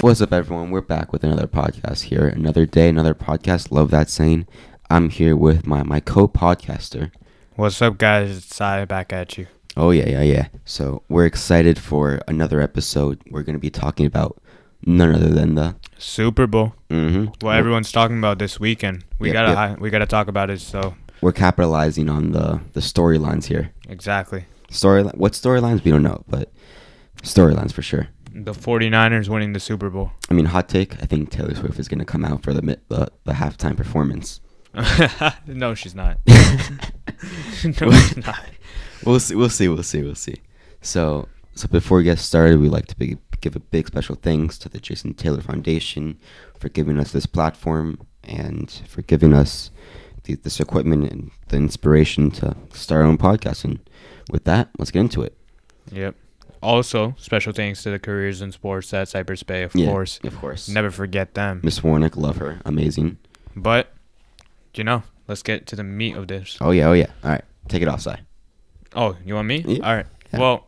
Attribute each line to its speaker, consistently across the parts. Speaker 1: What's up, everyone? We're back with another podcast here. Another day, another podcast. Love that saying. I'm here with my, my co podcaster.
Speaker 2: What's up, guys? It's I back at you.
Speaker 1: Oh, yeah, yeah, yeah. So, we're excited for another episode. We're going to be talking about none other than the.
Speaker 2: Super Bowl.
Speaker 1: Mm-hmm.
Speaker 2: What everyone's talking about this weekend. We
Speaker 1: Yep,
Speaker 2: gotta
Speaker 1: yep.
Speaker 2: hi- we gotta talk about it. So
Speaker 1: We're capitalizing on the, the storylines here.
Speaker 2: exactly,
Speaker 1: Story What storylines? We don't know, but storylines for sure.
Speaker 2: the 49ers winning the Super Bowl.
Speaker 1: I mean, hot take. I think Taylor Swift is going to come out for the, mid- the, the halftime performance.
Speaker 2: no, she's not. no, she's not.
Speaker 1: We'll see. We'll see. We'll see. We'll see. So, so before we get started, we'd like to big, give a big special thanks to the Jason Taylor Foundation for giving us this platform and for giving us the, this equipment and the inspiration to start our own podcast. And with that, let's get into it.
Speaker 2: Yep. Also, special thanks to the careers in sports at Cypress Bay, of
Speaker 1: Yeah,
Speaker 2: course.
Speaker 1: of course.
Speaker 2: Never forget them.
Speaker 1: Miss Warnick, love her, amazing.
Speaker 2: But you know, let's get to the meat of this.
Speaker 1: Oh yeah, oh yeah. All right, take it off, Si.
Speaker 2: Oh, you want me?
Speaker 1: Yeah.
Speaker 2: All right.
Speaker 1: Yeah.
Speaker 2: Well,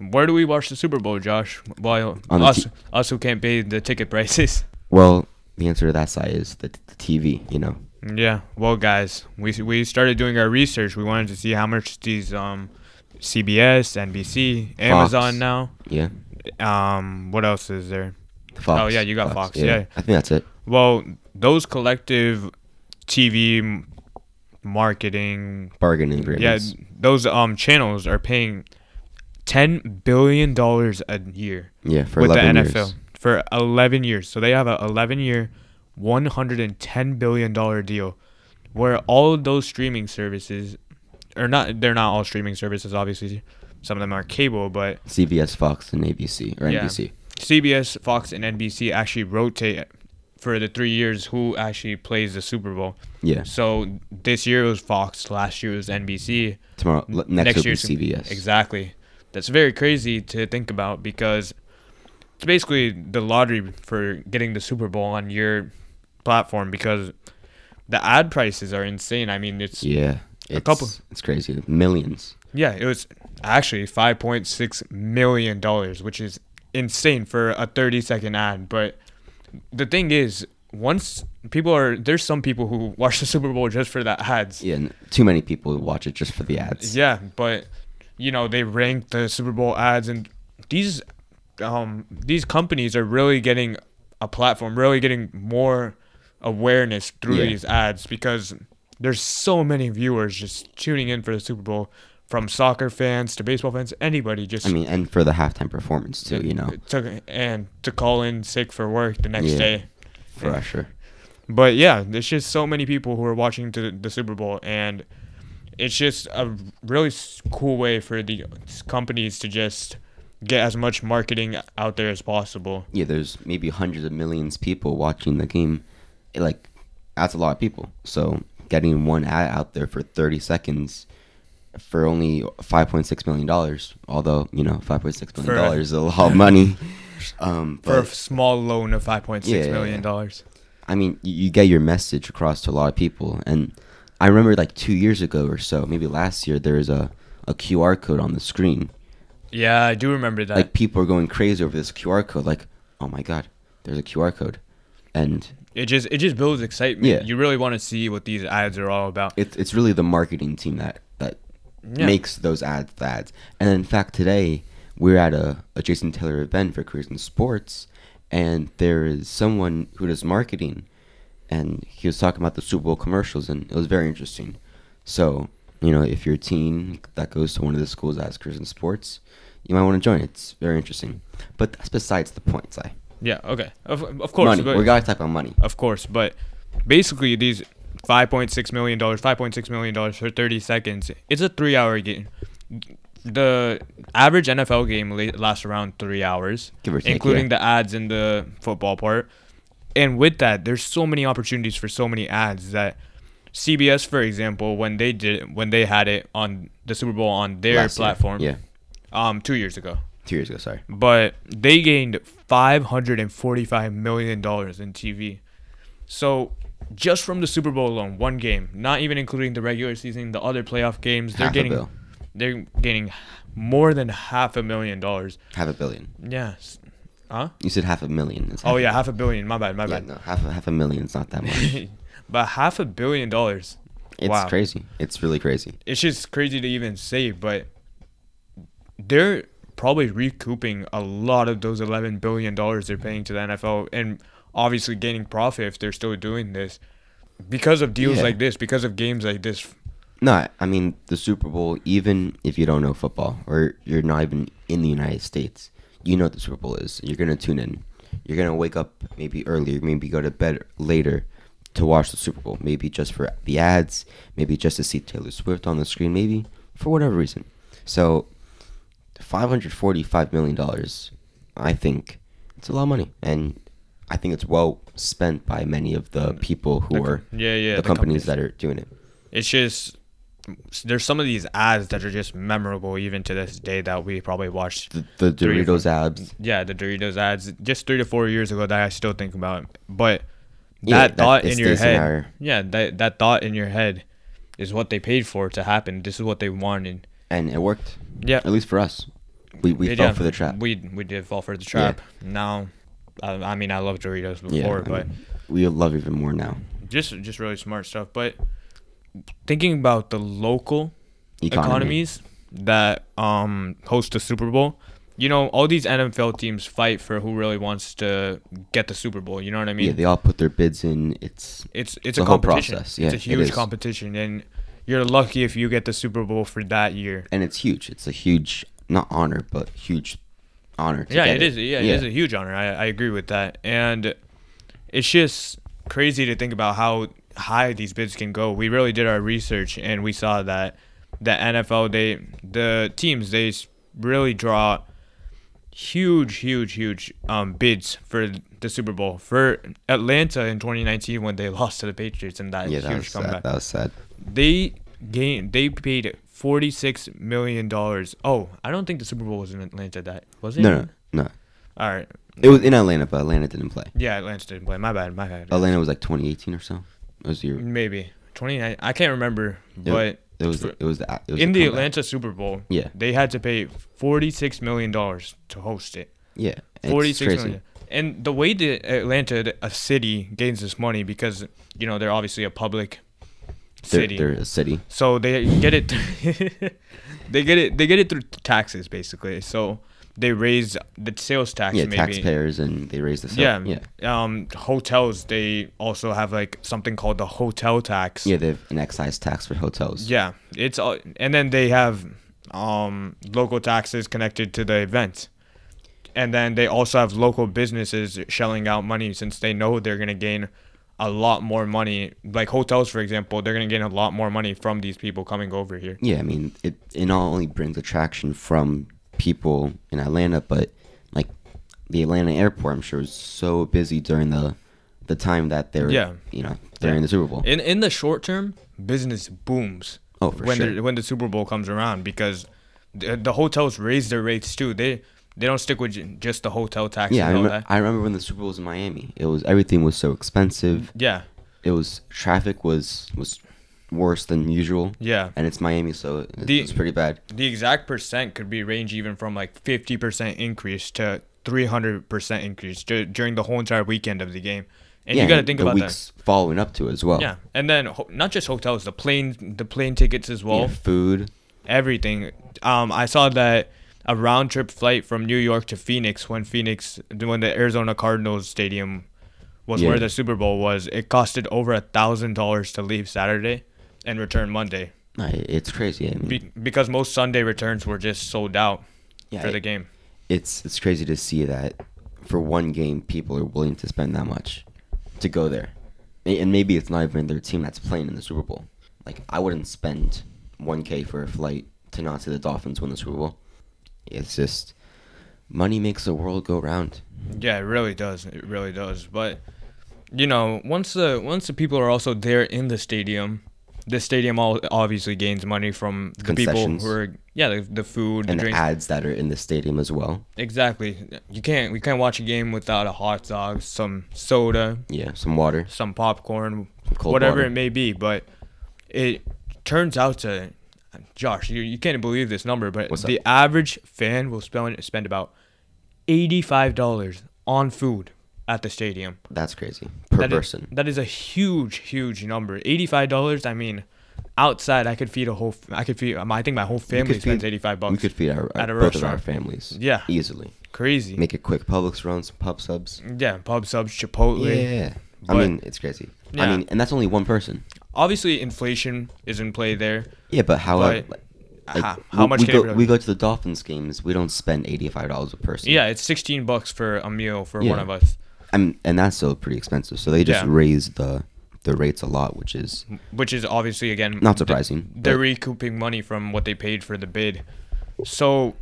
Speaker 2: where do we watch the Super Bowl, Josh? Well,
Speaker 1: On the
Speaker 2: us,
Speaker 1: t-
Speaker 2: us who can't pay the ticket prices.
Speaker 1: Well, the answer to that, Si, is the, the TV. You know,
Speaker 2: Yeah. Well, guys, we we started doing our research. We wanted to see how much these um, CBS, NBC, Amazon now.
Speaker 1: yeah.
Speaker 2: Um, what else is there?
Speaker 1: Fox.
Speaker 2: Oh, yeah, you got Fox, yeah.
Speaker 1: I think that's it.
Speaker 2: Well, those collective TV m- marketing,
Speaker 1: Bargaining
Speaker 2: yeah,
Speaker 1: agreements.
Speaker 2: those um channels are paying ten billion dollars a year
Speaker 1: Yeah, for
Speaker 2: with the
Speaker 1: 11
Speaker 2: NFL
Speaker 1: years.
Speaker 2: for eleven years. So they have a eleven year, one hundred and ten billion dollar deal, where all of those streaming services, or not, they're not all streaming services. Obviously, some of them are cable, but
Speaker 1: CBS, Fox, and ABC or
Speaker 2: Yeah.
Speaker 1: NBC.
Speaker 2: CBS, Fox, and NBC actually rotate for the three years who actually plays the Super Bowl.
Speaker 1: Yeah.
Speaker 2: So this year it was Fox, last year it was NBC,
Speaker 1: Tomorrow, l- next,
Speaker 2: next
Speaker 1: year
Speaker 2: year
Speaker 1: will be CBS.
Speaker 2: Exactly. That's very crazy to think about because it's basically the lottery for getting the Super Bowl on your platform because the ad prices are insane. I mean, it's
Speaker 1: Yeah. It's,
Speaker 2: couple.
Speaker 1: It's crazy. Millions.
Speaker 2: yeah, it was actually 5.6 million dollars, which is insane for a 30 second ad, but the thing is, once people are there's some people who watch the Super Bowl just for the ads.
Speaker 1: Yeah. n- Too many people watch it just for the ads.
Speaker 2: Yeah, but you know they rank the Super Bowl ads, and these um these companies are really getting a platform, really getting more awareness through
Speaker 1: Yeah.
Speaker 2: these ads because there's so many viewers just tuning in for the Super Bowl from soccer fans to baseball fans, anybody just
Speaker 1: I mean, and for the halftime performance too. You know,
Speaker 2: to, and to call in sick for work the next
Speaker 1: Yeah.
Speaker 2: day.
Speaker 1: for
Speaker 2: yeah.
Speaker 1: Usher.
Speaker 2: But yeah, there's just so many people who are watching the, the Super Bowl, and it's just a really s- cool way for the companies to just get as much marketing out there as possible.
Speaker 1: Yeah. There's maybe hundreds of millions of people watching the game. It, like, that's a lot of people. So getting one ad out there for 30 seconds. For only five point six million dollars, although you know five point six million
Speaker 2: For a-
Speaker 1: dollars is a lot of money. Um,
Speaker 2: For a
Speaker 1: but-
Speaker 2: f- small loan of five point
Speaker 1: Yeah,
Speaker 2: six
Speaker 1: yeah, yeah.
Speaker 2: million dollars.
Speaker 1: I mean, you, you get your message across to a lot of people. And I remember like two years ago or so, maybe last year, there was a, a QR code on the screen.
Speaker 2: Yeah, I do remember that.
Speaker 1: Like people are going crazy over this QR code. Like, oh my God, there's a QR code. And
Speaker 2: it just it just builds excitement.
Speaker 1: Yeah.
Speaker 2: You really want to see what these ads are all about.
Speaker 1: it's it's really the marketing team that, that
Speaker 2: Yeah.
Speaker 1: makes those ads the ads. And in fact, today we're at a, a Jason Taylor event for Careers in Sports, and there is someone who does marketing, and he was talking about the Super Bowl commercials, and it was very interesting. So, you know, if you're a teen that goes to one of the schools that has Careers in Sports, you might want to join. It's very interesting. But that's besides the point, Si.
Speaker 2: yeah. Okay. Of, of course.
Speaker 1: Money.
Speaker 2: but-
Speaker 1: We gotta talk about money.
Speaker 2: of course. But basically, these five point six million dollars, five point six million dollars for thirty seconds. It's a three-hour game. The average NFL game la- lasts around three hours,
Speaker 1: Give or take,
Speaker 2: including
Speaker 1: yeah.
Speaker 2: the ads and the football part. And with that, there's so many opportunities for so many ads that CBS, for example, when they did when they had it on the Super Bowl on their
Speaker 1: Last year.
Speaker 2: platform,
Speaker 1: Yeah.
Speaker 2: um, two years ago,
Speaker 1: Two years ago, sorry.
Speaker 2: but they gained 545 million dollars in TV. So just from the Super Bowl alone, one game, not even including the regular season, the other playoff games, they're
Speaker 1: Half a
Speaker 2: getting
Speaker 1: bill.
Speaker 2: They're getting more than half a million dollars.
Speaker 1: Half a billion.
Speaker 2: Yeah. s- Huh?
Speaker 1: You said half a million. It's
Speaker 2: Oh
Speaker 1: half-
Speaker 2: yeah, half a billion. My bad. My
Speaker 1: Yeah,
Speaker 2: bad.
Speaker 1: no, half a, half a million is not that much.
Speaker 2: but half a billion dollars.
Speaker 1: It's
Speaker 2: wow.
Speaker 1: crazy. It's really crazy.
Speaker 2: It's just crazy to even say, but they're probably recouping a lot of those eleven billion dollars they're paying to the NFL and obviously gaining profit if they're still doing this. Because of deals
Speaker 1: Yeah.
Speaker 2: like this, because of games like this,
Speaker 1: No, I- I mean the Super Bowl. Even if you don't know football or you're not even in the United States, you know what the Super Bowl is. You're gonna tune in. You're gonna wake up maybe earlier, maybe go to bed later to watch the Super Bowl. Maybe just for the ads. Maybe just to see Taylor Swift on the screen. Maybe for whatever reason. So, five hundred forty-five million dollars. I think it's a lot of money, and I think it's well spent by many of the people who
Speaker 2: The co-
Speaker 1: are
Speaker 2: yeah, yeah,
Speaker 1: the,
Speaker 2: the
Speaker 1: companies
Speaker 2: companies.
Speaker 1: that are doing it.
Speaker 2: it's just there's some of these ads that are just memorable even to this day that we probably watched
Speaker 1: The, the
Speaker 2: Three or four-
Speaker 1: Doritos abs.
Speaker 2: yeah, the Doritos ads just three to four years ago that I still think about. But that
Speaker 1: Yeah, that-
Speaker 2: thought
Speaker 1: it
Speaker 2: in your
Speaker 1: stays in
Speaker 2: head,
Speaker 1: our-
Speaker 2: yeah, that that thought in your head is what they paid for to happen. This is what they wanted.
Speaker 1: and it worked.
Speaker 2: Yeah.
Speaker 1: At least for us, we we
Speaker 2: Yeah,
Speaker 1: fell
Speaker 2: yeah,
Speaker 1: for the trap.
Speaker 2: We we did fall for the trap. Now, I, I mean, I loved Doritos
Speaker 1: yeah,
Speaker 2: before,
Speaker 1: I
Speaker 2: but
Speaker 1: mean, we love even more now.
Speaker 2: just just really smart stuff. But thinking about the local
Speaker 1: Economy.
Speaker 2: economies that um, host the Super Bowl. You know, all these NFL teams fight for who really wants to get the Super Bowl. You know what I mean?
Speaker 1: Yeah, they all put their bids in. It's
Speaker 2: it's it's
Speaker 1: The
Speaker 2: a
Speaker 1: whole
Speaker 2: competition.
Speaker 1: process, yeah,
Speaker 2: it's a
Speaker 1: it
Speaker 2: huge
Speaker 1: is.
Speaker 2: competition, and you're lucky if you get the Super Bowl for that year.
Speaker 1: and it's huge. It's a huge not honor, but huge honor. To
Speaker 2: yeah,
Speaker 1: get
Speaker 2: it is. Yeah, it is a huge honor. I, I agree with that, and it's just crazy to think about how high these bids can go. We really did our research, and we saw that the NFL, they the teams, they s- really draw huge, huge, huge um, bids for the Super Bowl. For Atlanta in 2019, when they lost to the Patriots, and that
Speaker 1: Yeah, that was
Speaker 2: huge comeback.
Speaker 1: sad. That was sad.
Speaker 2: they gained they paid forty six million dollars. Oh, I don't think the Super Bowl was in Atlanta that was it?
Speaker 1: No, no, no.
Speaker 2: All right.
Speaker 1: It was in Atlanta, but Atlanta didn't play.
Speaker 2: Yeah, Atlanta didn't play. My bad. My bad.
Speaker 1: Atlanta was like 2018 or so. It was the year.
Speaker 2: Maybe twenty nine. I can't remember,
Speaker 1: It,
Speaker 2: but
Speaker 1: it was
Speaker 2: for-
Speaker 1: it was the it was
Speaker 2: in the
Speaker 1: comeback.
Speaker 2: Atlanta Super Bowl,
Speaker 1: Yeah.
Speaker 2: they had to pay forty six million dollars to host it.
Speaker 1: Yeah, it's
Speaker 2: Forty six
Speaker 1: crazy.
Speaker 2: million. And the way that Atlanta, a city, gains this money because you know they're obviously a public
Speaker 1: They're,
Speaker 2: city.
Speaker 1: they're a city.
Speaker 2: So they get it. they get it. They get it through taxes, basically. So they raise the sales tax.
Speaker 1: Yeah,
Speaker 2: maybe.
Speaker 1: taxpayers, and they raise the sal-
Speaker 2: Yeah.
Speaker 1: yeah,
Speaker 2: Um, hotels. They also have like something called the hotel tax.
Speaker 1: yeah. They have an excise tax for hotels.
Speaker 2: Yeah. It's all, and then they have um local taxes connected to the event. And then they also have local businesses shelling out money since they know they're gonna gain a lot more money. Like hotels, for example, they're gonna gain a lot more money from these people coming over here.
Speaker 1: Yeah, I mean, it it not only brings attraction from people in Atlanta, but like the Atlanta airport, I'm sure, is so busy during the the time that they're
Speaker 2: Yeah.
Speaker 1: you know during
Speaker 2: Yeah.
Speaker 1: the Super Bowl.
Speaker 2: In in the short term, business booms.
Speaker 1: Oh, for
Speaker 2: when
Speaker 1: sure.
Speaker 2: The, when the Super Bowl comes around, because the, the hotels raise their rates too. They they don't stick with ju- just the hotel tax
Speaker 1: yeah, I
Speaker 2: and all
Speaker 1: remember,
Speaker 2: that.
Speaker 1: I remember when the Super Bowl was in Miami. It was everything was so expensive.
Speaker 2: yeah,
Speaker 1: It was traffic was was worse than usual.
Speaker 2: yeah.
Speaker 1: and it's Miami, so it-
Speaker 2: The-
Speaker 1: it's pretty bad.
Speaker 2: The exact percent could be range even from like fifty percent increase to three hundred percent increase dur- during the whole entire weekend of the game. And you got to think
Speaker 1: the
Speaker 2: about that.
Speaker 1: weeks following up to it as well.
Speaker 2: Yeah, and then ho- not just hotels, the plane, the plane tickets as well.
Speaker 1: Yeah, food.
Speaker 2: everything. Um, I saw that a round trip flight from New York to Phoenix when Phoenix when the Arizona Cardinals stadium was
Speaker 1: Yeah.
Speaker 2: where the Super Bowl was. It costed over a thousand dollars to leave Saturday and return Monday
Speaker 1: No, it- It's crazy. I mean,
Speaker 2: Be- because most Sunday returns were just sold out
Speaker 1: Yeah,
Speaker 2: for
Speaker 1: it-
Speaker 2: the game.
Speaker 1: it's it's crazy to see that for one game people are willing to spend that much to go there A- and maybe it's not even their team that's playing in the super bowl like i wouldn't spend 1k for a flight to not see the dolphins win the super bowl it's just money makes the world go round
Speaker 2: Yeah, it really does. It really does. But you know, once the once the people are also there in the stadium, the stadium all obviously gains money from the people
Speaker 1: Concessions.
Speaker 2: who are yeah the, the food,
Speaker 1: and
Speaker 2: the
Speaker 1: the
Speaker 2: drinks,
Speaker 1: ads that are in the stadium as well
Speaker 2: Exactly. You can't we can't watch a game without a hot dog, some soda,
Speaker 1: yeah some water
Speaker 2: some popcorn,
Speaker 1: Some cold
Speaker 2: whatever
Speaker 1: water.
Speaker 2: it may be, but it turns out to Josh, you, you can't believe this number, but
Speaker 1: What's
Speaker 2: the average fan will spend spend about eighty five dollars on food at the stadium
Speaker 1: That's crazy per
Speaker 2: That is-
Speaker 1: person.
Speaker 2: that is a huge, huge number. Eighty five dollars. I mean, outside I could feed a whole. f- I could feed. I think my whole
Speaker 1: We could
Speaker 2: family spends
Speaker 1: feed-
Speaker 2: eighty five
Speaker 1: We
Speaker 2: bucks.
Speaker 1: could feed our,
Speaker 2: at a
Speaker 1: both of our
Speaker 2: restaurant.
Speaker 1: families.
Speaker 2: Yeah.
Speaker 1: easily.
Speaker 2: Crazy.
Speaker 1: Make a quick Publix run, some pub subs.
Speaker 2: yeah, pub subs, Chipotle.
Speaker 1: Yeah, I
Speaker 2: But-
Speaker 1: mean it's crazy. I
Speaker 2: Yeah.
Speaker 1: mean, and that's only one person.
Speaker 2: Obviously, inflation is in play there.
Speaker 1: Yeah, but how?
Speaker 2: But
Speaker 1: like,
Speaker 2: how,
Speaker 1: we-
Speaker 2: how much
Speaker 1: we
Speaker 2: can
Speaker 1: go,
Speaker 2: it really?
Speaker 1: we go to the Dolphins games? We don't spend eighty five dollars a person.
Speaker 2: yeah, it's sixteen bucks for a meal for one
Speaker 1: Yeah.
Speaker 2: of us,
Speaker 1: I mean, and that's still pretty expensive. So they just
Speaker 2: Yeah.
Speaker 1: raised the the rates a lot, which is
Speaker 2: which is obviously again
Speaker 1: not
Speaker 2: th-
Speaker 1: surprising.
Speaker 2: they're
Speaker 1: but-
Speaker 2: recouping money from what they paid for the bid. So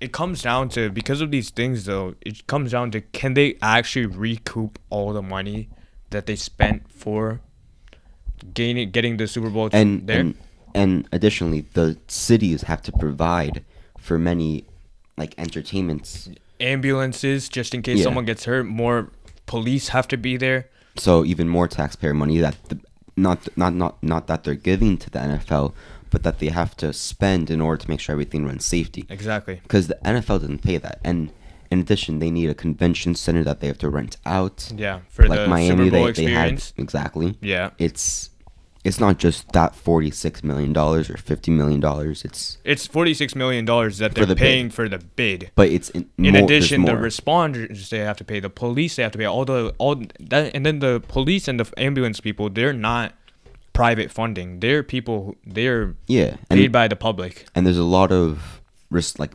Speaker 2: it comes down to because of these things though, it comes down to can they actually recoup all the money that they spent for gaining getting the Super Bowl
Speaker 1: and,
Speaker 2: there?
Speaker 1: and and additionally, the cities have to provide for many like entertainments.
Speaker 2: Ambulances just in case
Speaker 1: Yeah.
Speaker 2: someone gets hurt, more police have to be there.
Speaker 1: So even more taxpayer money that the, not not not not that they're giving to the NFL, but that they have to spend in order to make sure everything runs safety.
Speaker 2: Exactly.
Speaker 1: Because the NFL doesn't pay that, and in addition, they need a convention center that they have to rent out.
Speaker 2: Yeah. For
Speaker 1: like
Speaker 2: the
Speaker 1: Miami,
Speaker 2: Super Bowl
Speaker 1: they, they had
Speaker 2: experience.
Speaker 1: exactly.
Speaker 2: yeah.
Speaker 1: It's it's not just that forty six million dollars or fifty million dollars. It's
Speaker 2: It's forty six million dollars that they're
Speaker 1: the bid.
Speaker 2: paying for the bid.
Speaker 1: but it's in,
Speaker 2: in
Speaker 1: more, there's
Speaker 2: addition, the
Speaker 1: more.
Speaker 2: responders they have to pay, the police they have to pay, all the all that, and then the police and the ambulance people they're not private funding. They're people who- they're
Speaker 1: yeah, and
Speaker 2: paid by the public.
Speaker 1: and there's a lot of risk like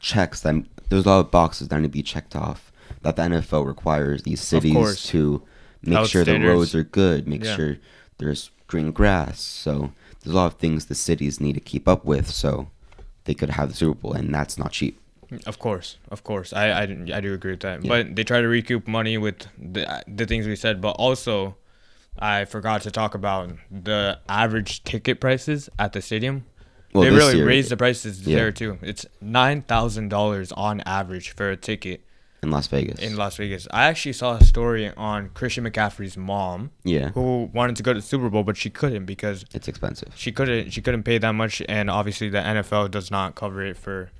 Speaker 1: checks that there's a lot of boxes that need to be checked off that the NFL requires these cities
Speaker 2: course.
Speaker 1: to make
Speaker 2: Health
Speaker 1: sure the
Speaker 2: standards.
Speaker 1: roads are good, make
Speaker 2: Yeah.
Speaker 1: sure there's green grass. So there's a lot of things the cities need to keep up with so they could have the Super Bowl, and that's not cheap.
Speaker 2: Of course, of course, I I, didn't- I do agree with that.
Speaker 1: Yeah.
Speaker 2: But they try to recoup money with the the things we said, but also. I forgot to talk about the average ticket prices at the stadium.
Speaker 1: Well,
Speaker 2: they
Speaker 1: this
Speaker 2: really
Speaker 1: year-
Speaker 2: raised the prices
Speaker 1: yeah.
Speaker 2: there too. It's nine thousand dollars on average for a ticket.
Speaker 1: In Las Vegas,
Speaker 2: in Las Vegas. I actually saw a story on Christian McCaffrey's mom,
Speaker 1: yeah,
Speaker 2: who wanted to go to the Super Bowl, but she couldn't because
Speaker 1: it's expensive.
Speaker 2: she couldn't she couldn't pay that much, and obviously the NFL does not cover it for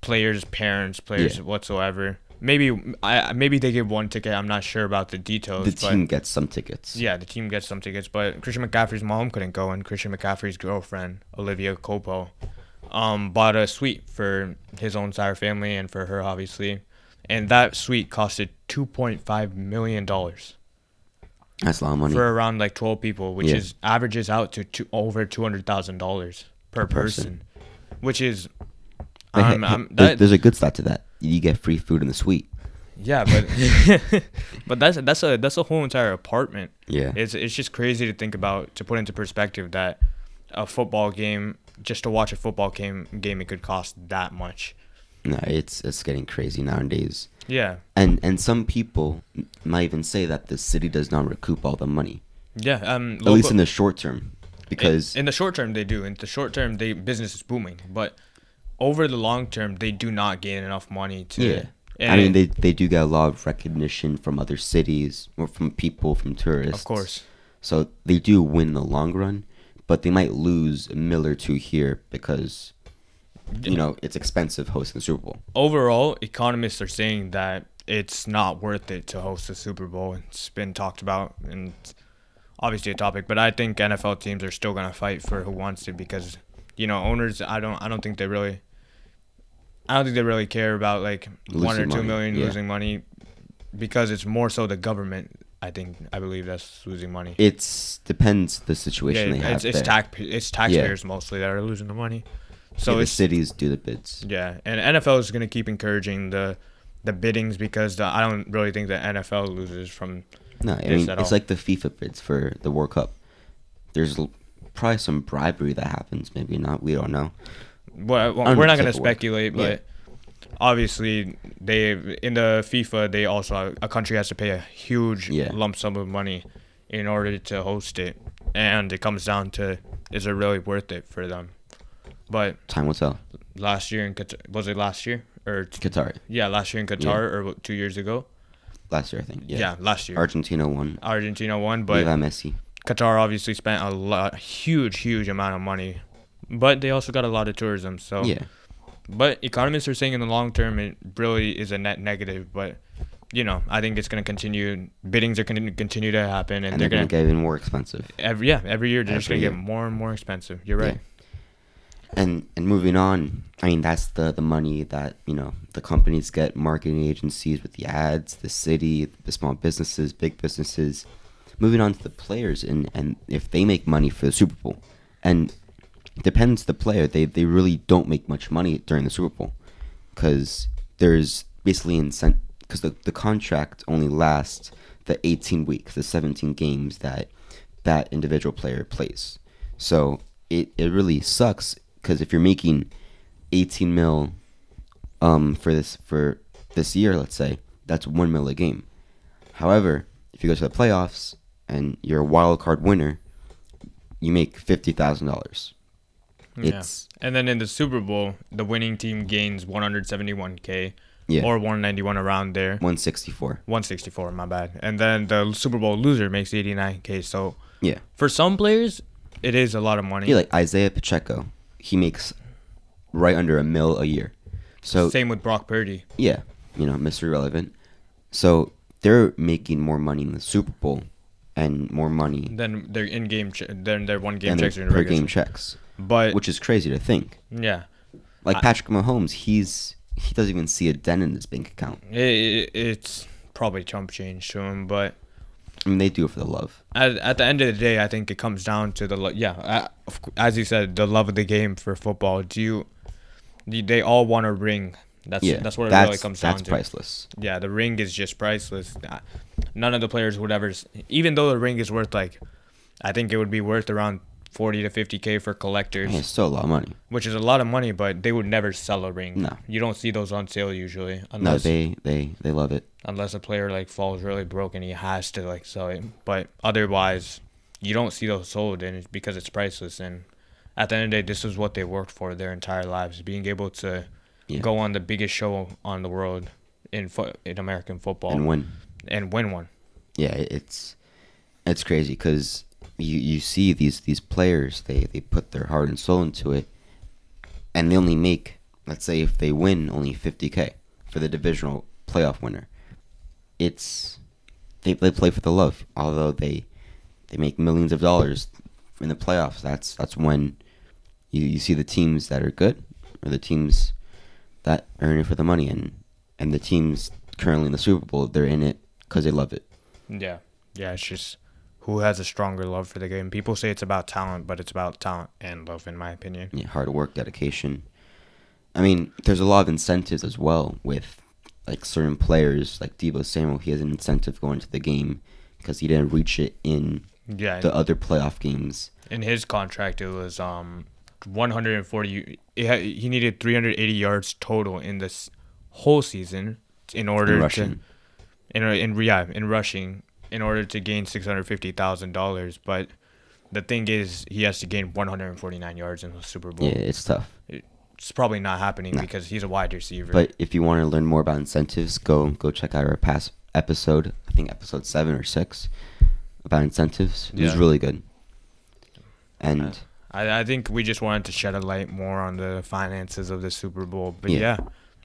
Speaker 2: players, parents, players
Speaker 1: Yeah.
Speaker 2: whatsoever. Maybe I maybe they give one ticket. I'm not sure about the details.
Speaker 1: The
Speaker 2: but
Speaker 1: team gets some tickets.
Speaker 2: yeah, the team gets some tickets, but Christian McCaffrey's mom couldn't go, and Christian McCaffrey's girlfriend Olivia Copo um, bought a suite for his own entire family and for her, obviously, and that suite costed two point five million dollars
Speaker 1: That's a lot of money.
Speaker 2: for around like twelve people, which
Speaker 1: Yeah.
Speaker 2: is averages out to two, over two hundred thousand dollars per person,
Speaker 1: person.
Speaker 2: which is.
Speaker 1: But hey,
Speaker 2: Um,
Speaker 1: hey,
Speaker 2: um,
Speaker 1: there-
Speaker 2: that,
Speaker 1: there's a good side to that. You get free food in the suite.
Speaker 2: yeah, but but that's that's a that's a whole entire apartment.
Speaker 1: Yeah,
Speaker 2: It's it's just crazy to think about to put into perspective that a football game just to watch a football game game it could cost that much.
Speaker 1: no, it's it's getting crazy nowadays.
Speaker 2: Yeah.
Speaker 1: and and some people m- might even say that the city does not recoup all the money
Speaker 2: Yeah. Um
Speaker 1: at least in the short term because
Speaker 2: in, the short term they do. In the short term they business is booming. But over the long term they do not gain enough money to
Speaker 1: yeah
Speaker 2: and
Speaker 1: i mean
Speaker 2: it-
Speaker 1: they they do get a lot of recognition from other cities or from people from tourists
Speaker 2: of course.
Speaker 1: so they do win in the long run but they might lose a mill or two here because you know it's expensive hosting the super bowl
Speaker 2: Overall, economists are saying that it's not worth it to host the Super Bowl. It's been talked about and it's obviously a topic, but I think NFL teams are still gonna fight for who wants to because you know owners. I don't. I don't think they really. I don't think they really care about like one or
Speaker 1: Losing
Speaker 2: two million
Speaker 1: money, yeah.
Speaker 2: losing money, because it's more so the government. I think I believe that's losing money.
Speaker 1: it's depends the
Speaker 2: yeah,
Speaker 1: situation they have
Speaker 2: it's it's,
Speaker 1: there.
Speaker 2: tax, it's taxpayers mostly that are losing the money. So
Speaker 1: Yeah, the
Speaker 2: it's
Speaker 1: cities do the bids
Speaker 2: yeah, and NFL is gonna keep encouraging the the biddings because the, I don't really think the NFL loses from
Speaker 1: No, I
Speaker 2: Yes,
Speaker 1: mean
Speaker 2: at
Speaker 1: it's
Speaker 2: all.
Speaker 1: like the FIFA bids for the World Cup. There's l- probably some bribery that happens. Maybe not. We don't know.
Speaker 2: well,
Speaker 1: don't know
Speaker 2: we're not going to
Speaker 1: exactly what-
Speaker 2: speculate,
Speaker 1: yeah.
Speaker 2: but obviously they in the FIFA they also a country has to pay a huge
Speaker 1: Yeah.
Speaker 2: lump sum of money in order to host it, and it comes down to is it really worth it for them? But
Speaker 1: Time will tell.
Speaker 2: last year in Qatar, was it last year or
Speaker 1: Qatar
Speaker 2: yeah last year in Qatar or what, two years ago?
Speaker 1: last year, I think.
Speaker 2: Yeah,
Speaker 1: Yeah.
Speaker 2: last year.
Speaker 1: Argentina won.
Speaker 2: Argentina won, but
Speaker 1: Lionel Messi.
Speaker 2: Qatar obviously spent a lot, huge, huge amount of money but they also got a lot of tourism. So
Speaker 1: Yeah.
Speaker 2: But economists are saying in the long term it really is a net negative. But you know, I think it's going to continue. Biddings are going to continue to happen, and,
Speaker 1: And
Speaker 2: they're,
Speaker 1: they're
Speaker 2: going
Speaker 1: gonna
Speaker 2: to
Speaker 1: get even more expensive.
Speaker 2: every yeah every year they're just
Speaker 1: Every
Speaker 2: going to get
Speaker 1: year.
Speaker 2: more and more expensive. You're
Speaker 1: Yeah.
Speaker 2: right.
Speaker 1: And and moving on, I mean that's the the money that you know the companies get, marketing agencies with the ads, the city, the small businesses, big businesses. Moving on to the players and and if they make money for the Super Bowl, and depends the player. They they really don't make much money during the Super Bowl, because there's basically incent because the the contract only lasts the 18 weeks, the 17 games that that individual player plays. So it, it really sucks because if you're making 18 mil um, for this for this year, let's say that's one mil a game. However, if you go to the playoffs and you're a wild card winner, you make fifty thousand dollars. It's
Speaker 2: yeah. And then in the Super Bowl, the winning team gains 171k
Speaker 1: Yeah.
Speaker 2: or 191 around there.
Speaker 1: one sixty four.
Speaker 2: 164, my bad. And then the Super Bowl loser makes 89k. So
Speaker 1: Yeah,
Speaker 2: for some players, it is a lot of money.
Speaker 1: yeah. Like Isaiah Pacheco, he makes right under a mil a year. So
Speaker 2: Same with Brock Purdy.
Speaker 1: Yeah, you know, Mr. Relevant. So they're making more money in the Super Bowl and more money
Speaker 2: Then their in-game, ch- then their one-game
Speaker 1: and
Speaker 2: checks are
Speaker 1: their
Speaker 2: in
Speaker 1: per
Speaker 2: regular.
Speaker 1: game
Speaker 2: Game
Speaker 1: checks,
Speaker 2: but
Speaker 1: which is crazy to think.
Speaker 2: yeah,
Speaker 1: Like Patrick Mahomes, he's he doesn't even see a dent in his bank account.
Speaker 2: it, it, it's probably chump change to him. But
Speaker 1: I mean, they do it for the love.
Speaker 2: at, at the end of the day, I think it comes down to the lo- yeah, uh, of cou- as you said, the love of the game for football. Do you? do They all want a ring. That's
Speaker 1: yeah,
Speaker 2: that's what it really comes
Speaker 1: that's
Speaker 2: down to.
Speaker 1: priceless.
Speaker 2: Yeah, the ring is just priceless. Uh, None of the players would ever, s- even though the ring is worth like, I think it would be worth around forty to fifty k for collectors,
Speaker 1: Yeah, it's still a lot of money.
Speaker 2: which is a lot of money. But they would never sell a ring.
Speaker 1: No.
Speaker 2: you don't see those on sale usually,
Speaker 1: No,
Speaker 2: unless
Speaker 1: they they they love it.
Speaker 2: unless a player like falls really broke and he has to like sell it. But otherwise, you don't see those sold, and it's because it's priceless. And at the end of the day, this is what they worked for their entire lives: being able to
Speaker 1: Yeah.
Speaker 2: go on the biggest show on the world in fo- in American football
Speaker 1: And when
Speaker 2: and win one.
Speaker 1: yeah, it- it's it's crazy because you you see these these players they they put their heart and soul into it, and they only make let's say if they win only fifty k for the divisional playoff winner. It's they they play for the love, although they they make millions of dollars in the playoffs. That's that's when you you see the teams that are good or the teams that are in it for the money and and the teams currently in the Super Bowl they're in it because they love it.
Speaker 2: Yeah. Yeah, it's just who has a stronger love for the game. People say it's about talent, but it's about talent and love in my opinion.
Speaker 1: yeah, hard work, dedication. I mean, there's a lot of incentives as well with like certain players, like Debo Samuel. He has an incentive going to the game because he didn't reach it in
Speaker 2: Yeah.
Speaker 1: the other playoff games.
Speaker 2: in his contract it was um 140 it had- he needed 380 yards total in this whole season in order to
Speaker 1: rushing.
Speaker 2: in uh, in yeah, in rushing in order to gain $650,000, but the thing is he has to gain 149 yards in the Super Bowl.
Speaker 1: Yeah, it's tough.
Speaker 2: It's probably not happening because he's a wide receiver.
Speaker 1: But if you want to learn more about incentives, go go check out our past episode. I think episode seven or six about incentives. It was
Speaker 2: Yeah.
Speaker 1: really good. And
Speaker 2: I, I think we just wanted to shed a light more on the finances of the Super Bowl. But
Speaker 1: Yeah.
Speaker 2: yeah,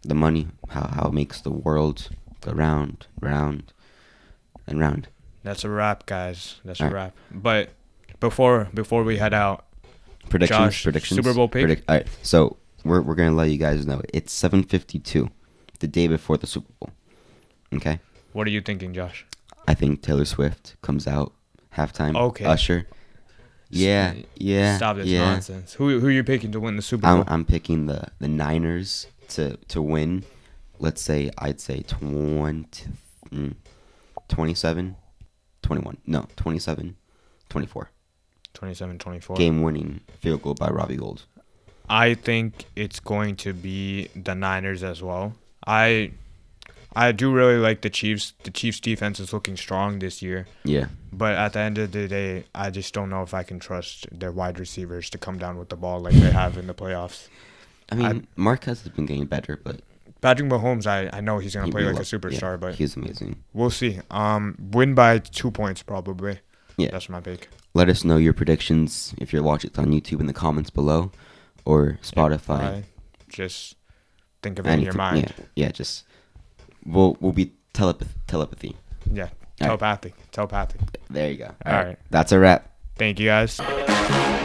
Speaker 1: the money, how how it makes the world go round, round, and round.
Speaker 2: that's a wrap, guys. That's a
Speaker 1: Alright.
Speaker 2: wrap. But before before we head out,
Speaker 1: predictions.
Speaker 2: Josh,
Speaker 1: predictions.
Speaker 2: Super Bowl pick?
Speaker 1: all right, so we're we're gonna let you guys know. It's seven fifty two, the day before the Super Bowl. Okay,
Speaker 2: what are you thinking, Josh?
Speaker 1: I think Taylor Swift comes out halftime.
Speaker 2: Okay.
Speaker 1: Usher. Yeah, yeah,
Speaker 2: Stop this
Speaker 1: yeah.
Speaker 2: nonsense. Who who are you picking to win the Super Bowl?
Speaker 1: I'm I'm picking the the Niners to to win. Let's say I'd say 20, mm, 27, 21. No, 27, 24.
Speaker 2: 27 24.
Speaker 1: Game winning field goal by Robbie Gold.
Speaker 2: I think it's going to be the Niners as well. I I do really like the Chiefs. The Chiefs defense is looking strong this year.
Speaker 1: Yeah.
Speaker 2: But at the end of the day, I just don't know if I can trust their wide receivers to come down with the ball like they have in the playoffs.
Speaker 1: I mean,
Speaker 2: I'm-
Speaker 1: Marquez has been getting better, but
Speaker 2: Patrick Mahomes, I, I know he's gonna
Speaker 1: He-
Speaker 2: play
Speaker 1: we
Speaker 2: like a
Speaker 1: love- yeah,
Speaker 2: superstar, but
Speaker 1: he's amazing.
Speaker 2: we'll see. Um, win by two points probably.
Speaker 1: Yeah.
Speaker 2: that's my pick.
Speaker 1: Let us know your predictions if you're watching it on YouTube in the comments below. or Spotify.
Speaker 2: I just think of it in your
Speaker 1: anything.
Speaker 2: mind.
Speaker 1: Yeah, yeah, just we'll we'll be telepath- telepathy.
Speaker 2: Yeah. Telepathic. Telepathic.
Speaker 1: There you go.
Speaker 2: All right.
Speaker 1: That's a wrap.
Speaker 2: Thank you guys.